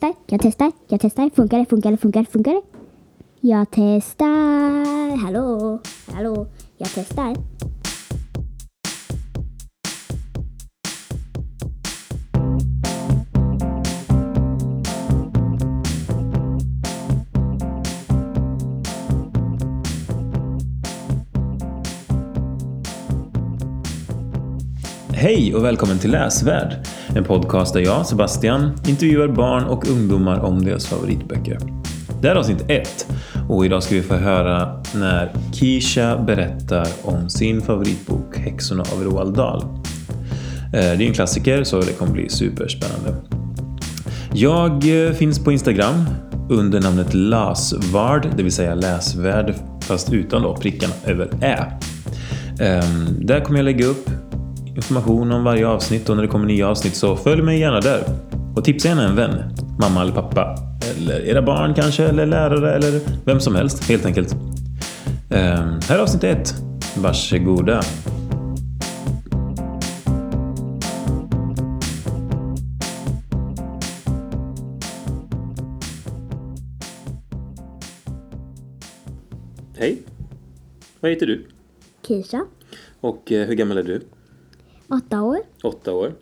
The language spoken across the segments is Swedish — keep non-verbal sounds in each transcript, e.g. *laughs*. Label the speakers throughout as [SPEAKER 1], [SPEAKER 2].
[SPEAKER 1] testar, jag testar, jag testar. Funkar det, funkar det, funkar det, funkar det? Jag testar. Hallå, hallå, jag testar.
[SPEAKER 2] Hej och välkommen till Läsvärd. En podcast där jag, Sebastian, intervjuar barn och ungdomar om deras favoritböcker. Det här är avsnitt 1 och idag ska vi få höra när Kisha berättar om sin favoritbok Häxorna av Roald Dahl. Eh, Det är en klassiker så det kommer bli superspännande. Jag eh, finns på Instagram under namnet Lasvard, det vill säga läsvärd fast utan då prickarna över ä. Ehm, Där kommer jag lägga upp information om varje avsnitt och när det kommer nya avsnitt så följ mig gärna där. Och tipsa gärna en vän, mamma eller pappa. Eller era barn kanske, eller lärare eller vem som helst helt enkelt. Ehm, Här är avsnitt 1. Varsågoda. Hej. Vad heter du?
[SPEAKER 1] Kisha,
[SPEAKER 2] Och eh, hur gammal är du?
[SPEAKER 1] åtta år.
[SPEAKER 2] Åtta år.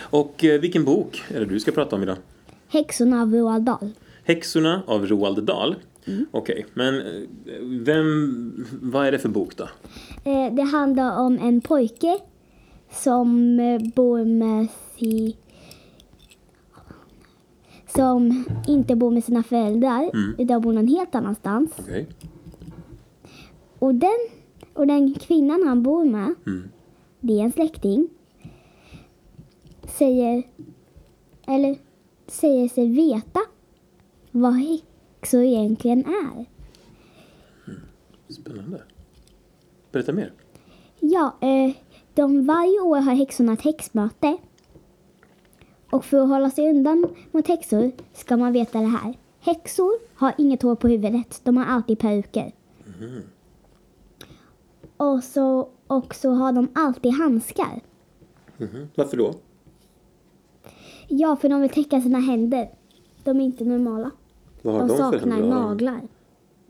[SPEAKER 2] Och eh, vilken bok är det du ska prata om idag?
[SPEAKER 1] Häxorna av Roald Dahl.
[SPEAKER 2] Häxorna av Roald Dahl.
[SPEAKER 1] Mm.
[SPEAKER 2] Okej, men eh, vem, vad är det för bok då?
[SPEAKER 1] Eh, Det handlar om en pojke som eh, bor med si... Som inte bor med sina föräldrar utan bor någon helt annanstans.
[SPEAKER 2] Okej.
[SPEAKER 1] Och den, och den kvinnan han bor med,
[SPEAKER 2] Mm.
[SPEAKER 1] det är en släkting, säger, eller säger sig veta vad häxor egentligen är.
[SPEAKER 2] Spännande. Berätta mer.
[SPEAKER 1] Ja, eh, de varje år har häxorna ett häxmöte. Och för att hålla sig undan mot häxor ska man veta det här. Häxor har inget hår på huvudet. De har alltid peruker. Och, så, och så har de alltid handskar.
[SPEAKER 2] Mhm. Varför då?
[SPEAKER 1] Ja, för de vill täcka sina händer. De är inte normala.
[SPEAKER 2] Vad har
[SPEAKER 1] De
[SPEAKER 2] de, för
[SPEAKER 1] saknar
[SPEAKER 2] händer? Har de-
[SPEAKER 1] naglar.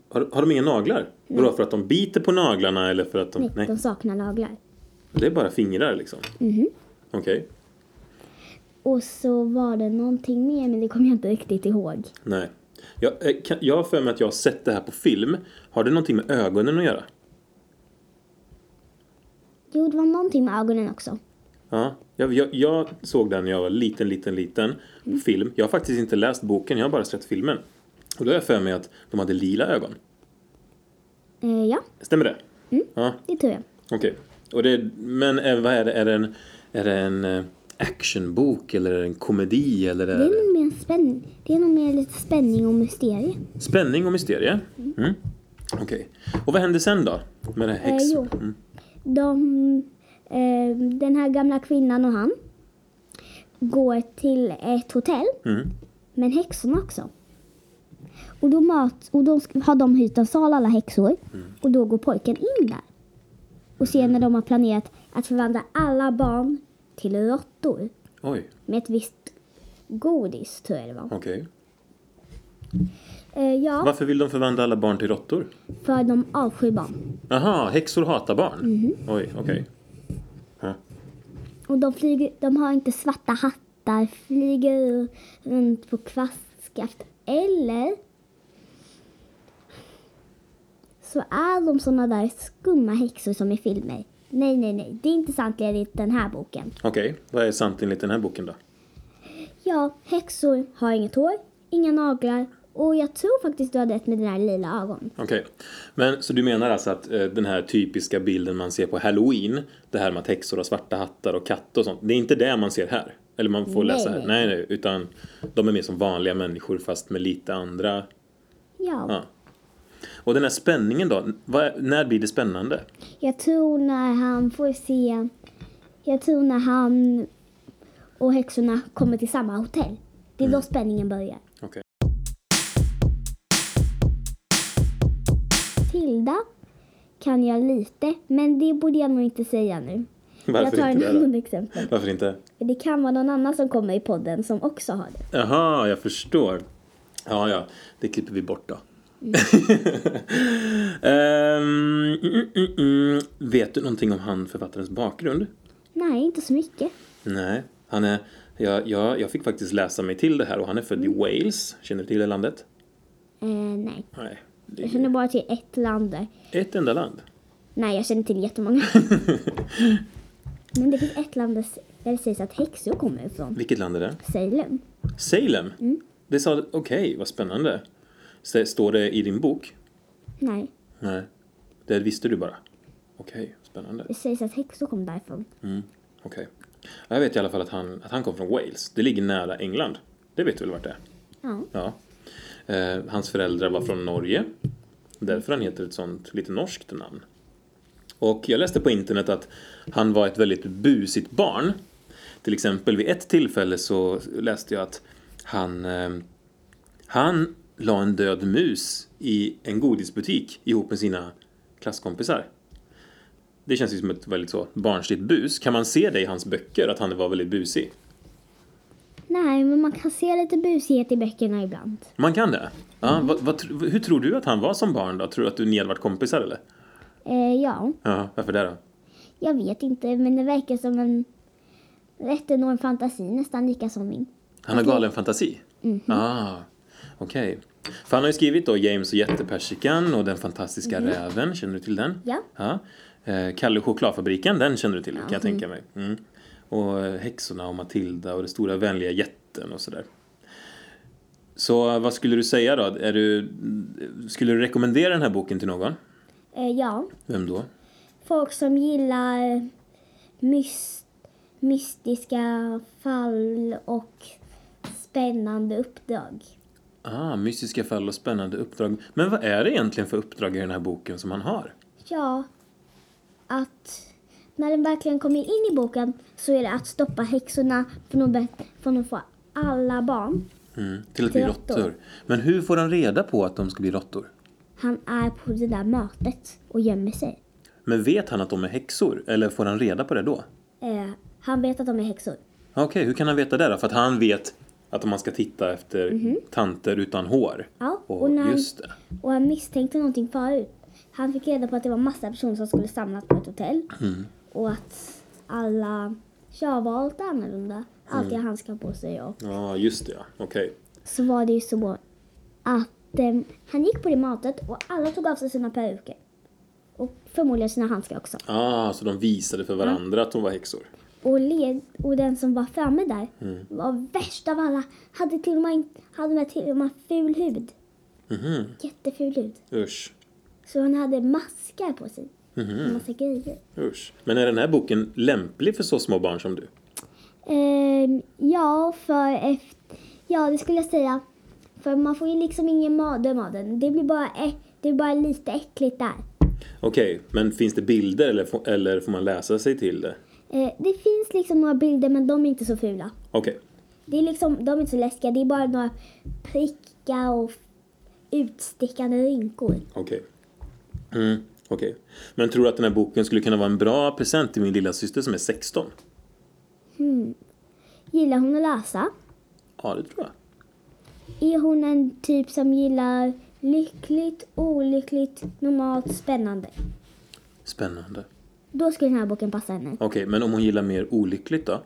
[SPEAKER 2] Har, har de inga naglar? Vadå, för att de biter på naglarna eller för att de...
[SPEAKER 1] Nej, de saknar naglar.
[SPEAKER 2] Det är bara fingrar liksom?
[SPEAKER 1] Mhm.
[SPEAKER 2] Okej.
[SPEAKER 1] Och så var det någonting mer, men det kommer jag inte riktigt ihåg.
[SPEAKER 2] Nej. Jag, eh, kan, jag har för mig att jag har sett det här på film. Har det någonting med ögonen att göra?
[SPEAKER 1] Jo, det var någonting med ögonen också.
[SPEAKER 2] Ja, jag, jag, jag såg den när jag var liten, liten, liten.
[SPEAKER 1] Mm.
[SPEAKER 2] på Film. Jag har faktiskt inte läst boken, jag har bara sett filmen. Och då är jag för mig att de hade lila ögon.
[SPEAKER 1] Eh, ja,
[SPEAKER 2] Stämmer det?
[SPEAKER 1] Mm.
[SPEAKER 2] Ja,
[SPEAKER 1] det tror jag.
[SPEAKER 2] okej. Och det, men är, vad är det? Är det en, är det en eh, actionbok eller är det en komedi? Eller
[SPEAKER 1] Det
[SPEAKER 2] är det...
[SPEAKER 1] är nog mer, spänn... det är nog mer lite spänning och mysterie.
[SPEAKER 2] Spänning och mysterie? Mm. Okej. Och vad händer sen då? Med det här
[SPEAKER 1] Eh,
[SPEAKER 2] häx...
[SPEAKER 1] jo.
[SPEAKER 2] Mm.
[SPEAKER 1] De, eh, den här gamla kvinnan och han går till ett hotell,
[SPEAKER 2] Mm.
[SPEAKER 1] men häxorna också. Och då, mat, och då sk- har de hyrt en sal, alla häxor, och då går pojken in där. Och ser när de har planerat att förvandla alla barn till råttor
[SPEAKER 2] Oj,
[SPEAKER 1] med ett visst godis, tror jag det var.
[SPEAKER 2] okej.
[SPEAKER 1] Eh, ja,
[SPEAKER 2] Varför vill de förvandla alla barn till råttor?
[SPEAKER 1] för de avskyr barn.
[SPEAKER 2] Aha, häxor hatar barn?
[SPEAKER 1] Mhm.
[SPEAKER 2] Oj, okej.
[SPEAKER 1] Mm.
[SPEAKER 2] Ja.
[SPEAKER 1] Och de, flyger, de har inte svarta hattar, flyger runt på kvastskaft. Eller så är de såna där skumma häxor som i filmer. Nej, nej, nej. Det är inte sant enligt den här boken.
[SPEAKER 2] Okej, vad är sant enligt den här boken då?
[SPEAKER 1] Ja, häxor har inget hår, inga naglar och jag tror faktiskt du har rätt med dina lila ögon.
[SPEAKER 2] Okej, men så du menar alltså att eh, den här typiska bilden man ser på halloween, det här med att häxor har svarta hattar och katt och sånt, det är inte det man ser här? Eller man får läsa här?
[SPEAKER 1] Nej.
[SPEAKER 2] Nej, nej, utan de är mer som vanliga människor fast med lite andra...
[SPEAKER 1] Ja,
[SPEAKER 2] Ja. Och den här spänningen då, vad är, när blir det spännande?
[SPEAKER 1] jag tror när han får se... Jag tror när han och häxorna kommer till samma hotell. Det är då spänningen börjar.
[SPEAKER 2] Okej.
[SPEAKER 1] Tilda kan jag lite, men det borde jag nog inte säga nu. Jag
[SPEAKER 2] Varför
[SPEAKER 1] tar en
[SPEAKER 2] inte det
[SPEAKER 1] annan
[SPEAKER 2] då?
[SPEAKER 1] exempel.
[SPEAKER 2] Varför inte?
[SPEAKER 1] Det kan vara någon annan som kommer i podden som också har det.
[SPEAKER 2] Jaha, jag förstår. Ja, ja. Det klipper vi bort då.
[SPEAKER 1] Mm.
[SPEAKER 2] *laughs* Ehm, mm, mm, mm. Vet du någonting om han författarens bakgrund?
[SPEAKER 1] Nej, inte så mycket.
[SPEAKER 2] Nej. Han är, jag, jag, jag fick faktiskt läsa mig till det här och han är född
[SPEAKER 1] Mm.
[SPEAKER 2] i Wales. Känner du till det landet?
[SPEAKER 1] Eh, nej.
[SPEAKER 2] Nej. det är
[SPEAKER 1] Jag känner bara till ett land. där.
[SPEAKER 2] Ett enda land.
[SPEAKER 1] Nej, jag känner till
[SPEAKER 2] *laughs*
[SPEAKER 1] jättemånga. Men det finns ett land där s- där det sägs att häxor kommer ifrån.
[SPEAKER 2] Vilket land är det?
[SPEAKER 1] Salem.
[SPEAKER 2] Salem?
[SPEAKER 1] Mm.
[SPEAKER 2] Det sa Okej, vad spännande. Så Står det i din bok?
[SPEAKER 1] Nej,
[SPEAKER 2] Nej. Det visste du bara? Okej, spännande.
[SPEAKER 1] det sägs att häxor kom därifrån.
[SPEAKER 2] Okej. Jag vet i alla fall att han, att han kom från Wales. Det ligger nära England. Det vet du väl vart det är?
[SPEAKER 1] Ja.
[SPEAKER 2] Ja. Eh, hans föräldrar var från Norge. Därför han heter ett sånt lite norskt namn. Och jag läste på internet att han var ett väldigt busigt barn. Till exempel vid ett tillfälle så läste jag att han, eh, han la en död mus i en godisbutik ihop med sina klasskompisar. Det känns ju som ett väldigt så barnsligt bus. Kan man se det i hans böcker att han var väldigt busig?
[SPEAKER 1] Nej, men man kan se lite busighet i böckerna ibland.
[SPEAKER 2] Man kan det? Ja, vad, vad, tr- hur tror du att han var som barn då? Tror du att du ni hade varit kompisar eller?
[SPEAKER 1] Eh, ja,
[SPEAKER 2] Ja, varför det då?
[SPEAKER 1] jag vet inte, men det verkar som en rätten och en fantasi nästan lika som min.
[SPEAKER 2] Han har galen fantasi? Ah, okej. För han har ju skrivit då James och jättepersikan och Den fantastiska räven, känner du till den?
[SPEAKER 1] Ja.
[SPEAKER 2] ja. Eh, Kalle och chokladfabriken, den känner du till kan jag tänka mig. Mm. Och eh, Häxorna och Matilda och Det stora vänliga jätten och sådär. Så vad skulle du säga då? Är du, skulle du rekommendera den här boken till någon?
[SPEAKER 1] Eh, ja,
[SPEAKER 2] Vem då?
[SPEAKER 1] folk som gillar eh, mys- mystiska fall och spännande uppdrag.
[SPEAKER 2] Ah, mystiska fall och spännande uppdrag. Men vad är det egentligen för uppdrag i den här boken som han har?
[SPEAKER 1] Ja, att när den verkligen kommer in i boken så är det att stoppa häxorna från att, be- från att få alla barn.
[SPEAKER 2] Mm, till att bli
[SPEAKER 1] Till
[SPEAKER 2] råttor.
[SPEAKER 1] råttor.
[SPEAKER 2] Men hur får han reda på att de ska bli råttor?
[SPEAKER 1] Han är på det där mötet och gömmer sig.
[SPEAKER 2] Men vet han att de är häxor? Eller får han reda på det då? Ah,
[SPEAKER 1] Eh, han vet att de är häxor.
[SPEAKER 2] Okej, hur kan han veta det då? För att han vet att om man ska titta efter tanter utan hår.
[SPEAKER 1] Mhm. Ja,
[SPEAKER 2] och,
[SPEAKER 1] och när-
[SPEAKER 2] Just det.
[SPEAKER 1] Och han misstänkte någonting förut. Han fick reda på att det var massa personer som skulle samlas på ett hotell. Och att alla körval var annorlunda. Alltid mm. handskar på sig. Och
[SPEAKER 2] Ja, just det. ja. Okej.
[SPEAKER 1] så var det ju så att eh, han gick på det mötet och alla tog av sig sina peruker. Och förmodligen sina handskar också.
[SPEAKER 2] Ah, så de visade för varandra att de var häxor.
[SPEAKER 1] Och, led, och den som var framme där var värst av alla. Hade till och med, hade med till och med ful hud.
[SPEAKER 2] Mhm,
[SPEAKER 1] Jätteful hud.
[SPEAKER 2] usch.
[SPEAKER 1] Så han hade maskar på sig. Massa grejer.
[SPEAKER 2] Usch. Men är den här boken lämplig för så små barn som du?
[SPEAKER 1] Ehm, ja, för efter, ja, det skulle jag säga. För man får ju liksom ingen madum av den. Det blir bara, ä- det är bara lite äckligt där.
[SPEAKER 2] Okej, men finns det bilder eller får, eller får man läsa sig till det?
[SPEAKER 1] Eh, det finns liksom några bilder, men de är inte så fula.
[SPEAKER 2] Okej,
[SPEAKER 1] Det är liksom, de är inte så läskiga. Det är bara några prickar och utstickande rynkor.
[SPEAKER 2] okej. Mm, okej. Men tror du att den här boken skulle kunna vara en bra present till min lilla syster som är 16?
[SPEAKER 1] Gillar hon att läsa?
[SPEAKER 2] Ja, det tror jag.
[SPEAKER 1] Är hon en typ som gillar lyckligt, olyckligt, normalt, spännande?
[SPEAKER 2] Spännande.
[SPEAKER 1] Då skulle den här boken passa henne.
[SPEAKER 2] Okej, men om hon gillar mer olyckligt då?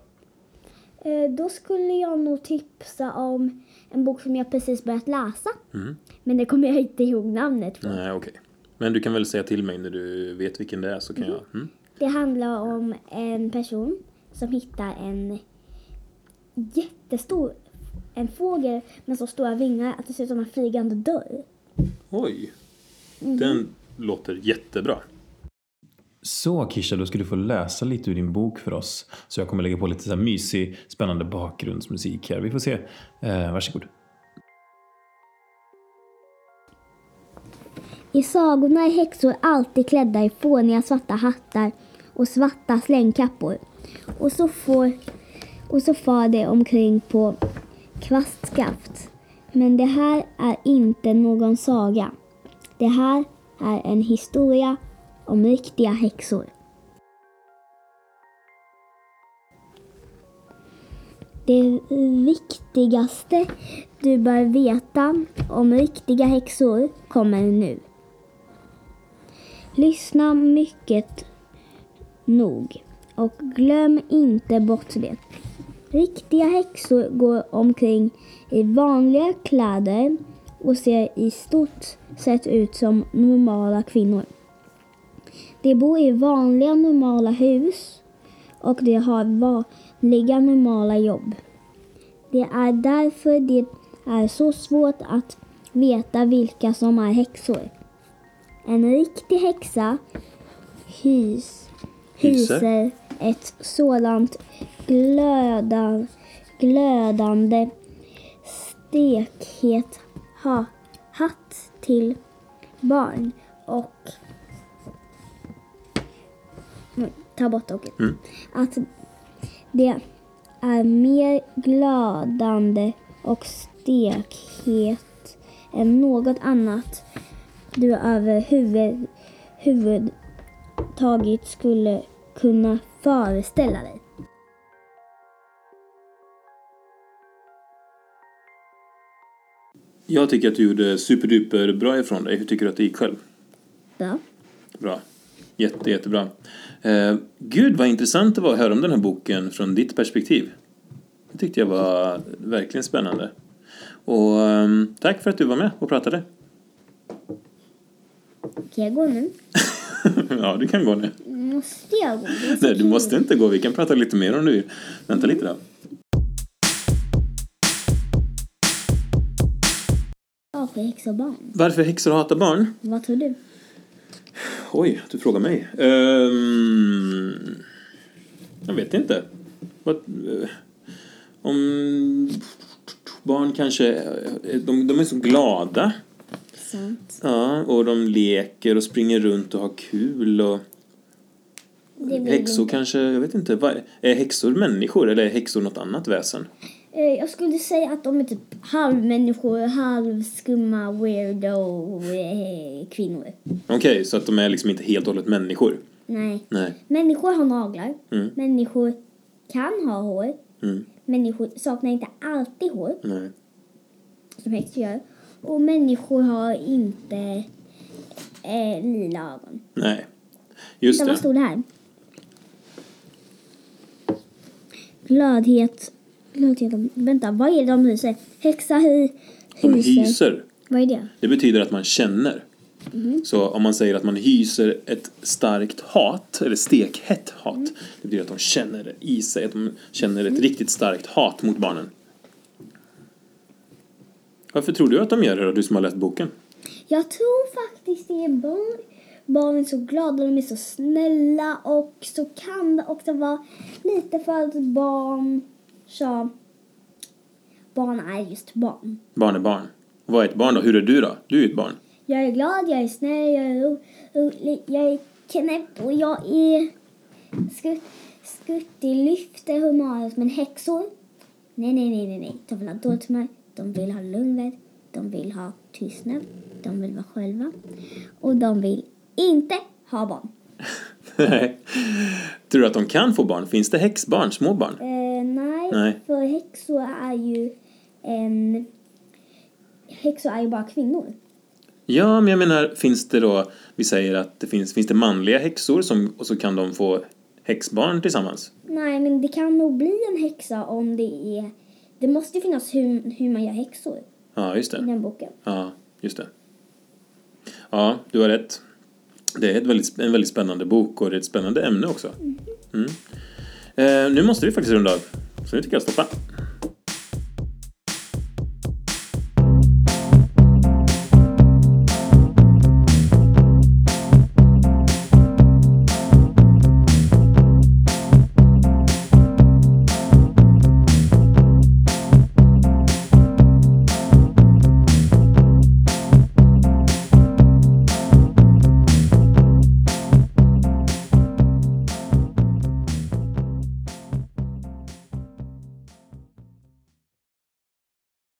[SPEAKER 1] Eh, Då skulle jag nog tipsa om en bok som jag precis börjat läsa. Men det kommer jag inte ihåg namnet på.
[SPEAKER 2] Nej, okej. Men du kan väl säga till mig när du vet vilken det är så kan jag... Mm?
[SPEAKER 1] Det handlar om en person som hittar en jättestor en fågel med så stora vingar att det ser ut som en flygande dörr.
[SPEAKER 2] Oj! Mm. Den låter jättebra. Så Kisha, då ska du få läsa lite ur din bok för oss. Så jag kommer lägga på lite så här mysig, spännande bakgrundsmusik här. Vi får se. Eh, varsågod.
[SPEAKER 1] I sagorna är häxor alltid klädda i fåniga svarta hattar och svarta slängkappor. Och så, får, och så far de omkring på kvastskaft. Men det här är inte någon saga. Det här är en historia om riktiga häxor. Det viktigaste du bör veta om riktiga häxor kommer nu. Lyssna mycket nog och glöm inte bort det. Riktiga häxor går omkring i vanliga kläder och ser i stort sett ut som normala kvinnor. De bor i vanliga normala hus och de har vanliga normala jobb. Det är därför det är så svårt att veta vilka som är häxor. En riktig häxa hys,
[SPEAKER 2] Hyser?
[SPEAKER 1] hyser ett sådant glöda, glödande stekhet ha, hatt till barn och Oj, Ta bort och
[SPEAKER 2] Mm.
[SPEAKER 1] Att det är mer glödande och stekhet än något annat du över huvud, huvudtaget skulle kunna föreställa dig.
[SPEAKER 2] Jag tycker att du gjorde superduper bra ifrån dig. Hur tycker du att det gick själv?
[SPEAKER 1] Ja.
[SPEAKER 2] Bra. Jätte, jättebra. Eh, gud vad intressant det var att höra om den här boken från ditt perspektiv. Det tyckte jag var verkligen spännande. Och ehm, tack för att du var med och pratade. *laughs*
[SPEAKER 1] Ska jag gå nu?
[SPEAKER 2] ja, du kan gå nu.
[SPEAKER 1] Måste jag gå? Det är så
[SPEAKER 2] Nej, du
[SPEAKER 1] kul.
[SPEAKER 2] måste inte gå. Vi kan prata lite mer om du vill. Vänta lite då.
[SPEAKER 1] Ja, för häxor och barn.
[SPEAKER 2] Varför häxor hatar barn?
[SPEAKER 1] Vad tror du?
[SPEAKER 2] Oj, du frågar mig. Ehm, jag vet inte. Vad, eh, om barn kanske... eh, De, de är så glada.
[SPEAKER 1] Sant.
[SPEAKER 2] Ja, och de leker och springer runt och har kul och...
[SPEAKER 1] Det blir
[SPEAKER 2] Häxor kanske, jag vet inte. Vad, är häxor människor eller är häxor något annat väsen?
[SPEAKER 1] Eh, Jag skulle säga att de är typ halvmänniskor, halvskumma weirdo eh, kvinnor.
[SPEAKER 2] Okej, så att de är liksom inte helt och hållet människor?
[SPEAKER 1] Nej.
[SPEAKER 2] Nej.
[SPEAKER 1] Människor har naglar.
[SPEAKER 2] Mm.
[SPEAKER 1] Människor kan ha hår.
[SPEAKER 2] Mm.
[SPEAKER 1] Människor saknar inte alltid hår,
[SPEAKER 2] Nej.
[SPEAKER 1] som häxor gör. Och människor har inte eh, lila ögon.
[SPEAKER 2] Nej. Just
[SPEAKER 1] Så vad
[SPEAKER 2] det.
[SPEAKER 1] stod det här? Glödhet. Glödhet. Vänta, vad är det de hyser? Häxa hy,
[SPEAKER 2] De
[SPEAKER 1] hyser.
[SPEAKER 2] hyser.
[SPEAKER 1] Vad är det?
[SPEAKER 2] Det betyder att man känner. Så om man säger att man hyser ett starkt hat, eller stekhett hat, det betyder att de känner det i sig, att de känner ett riktigt starkt hat mot barnen. Varför tror du att de gör det då, du som har läst boken?
[SPEAKER 1] Jag tror faktiskt det är barn. Barn är så glada, de är så snälla och så kan det också vara lite för att barn så Barn är just barn.
[SPEAKER 2] Barn är barn. Vad är ett barn då? Hur är du då? Du är ett barn. *laughs*
[SPEAKER 1] Jag är glad, jag är snäll, jag är ro- rolig, jag är knäpp och jag är skutt, skuttig, lyfter humöret. Men häxor? Nej, nej, nej, nej, nej. De vill ha dåligt humör, de vill ha lugnet, de vill ha tystnad, de vill vara själva och de vill inte ha barn.
[SPEAKER 2] tror du att de kan få barn? Finns det häxbarn, små barn?
[SPEAKER 1] Eh, nej,
[SPEAKER 2] Nej.
[SPEAKER 1] för häxor är ju en... Häxor är ju bara kvinnor.
[SPEAKER 2] Ja, men jag menar, finns det då, vi säger att det finns, finns det manliga häxor som, och så kan de få häxbarn tillsammans?
[SPEAKER 1] Nej, men det kan nog bli en häxa om det är... Det måste ju finnas hur, hur man gör häxor
[SPEAKER 2] Ja, just
[SPEAKER 1] i
[SPEAKER 2] det.
[SPEAKER 1] den boken.
[SPEAKER 2] Ja, just det. Ja, du har rätt. Det är ett väldigt, en väldigt spännande bok och det är ett spännande ämne också. Mm. Eh, nu måste vi faktiskt runda av. Så nu tycker jag stoppa.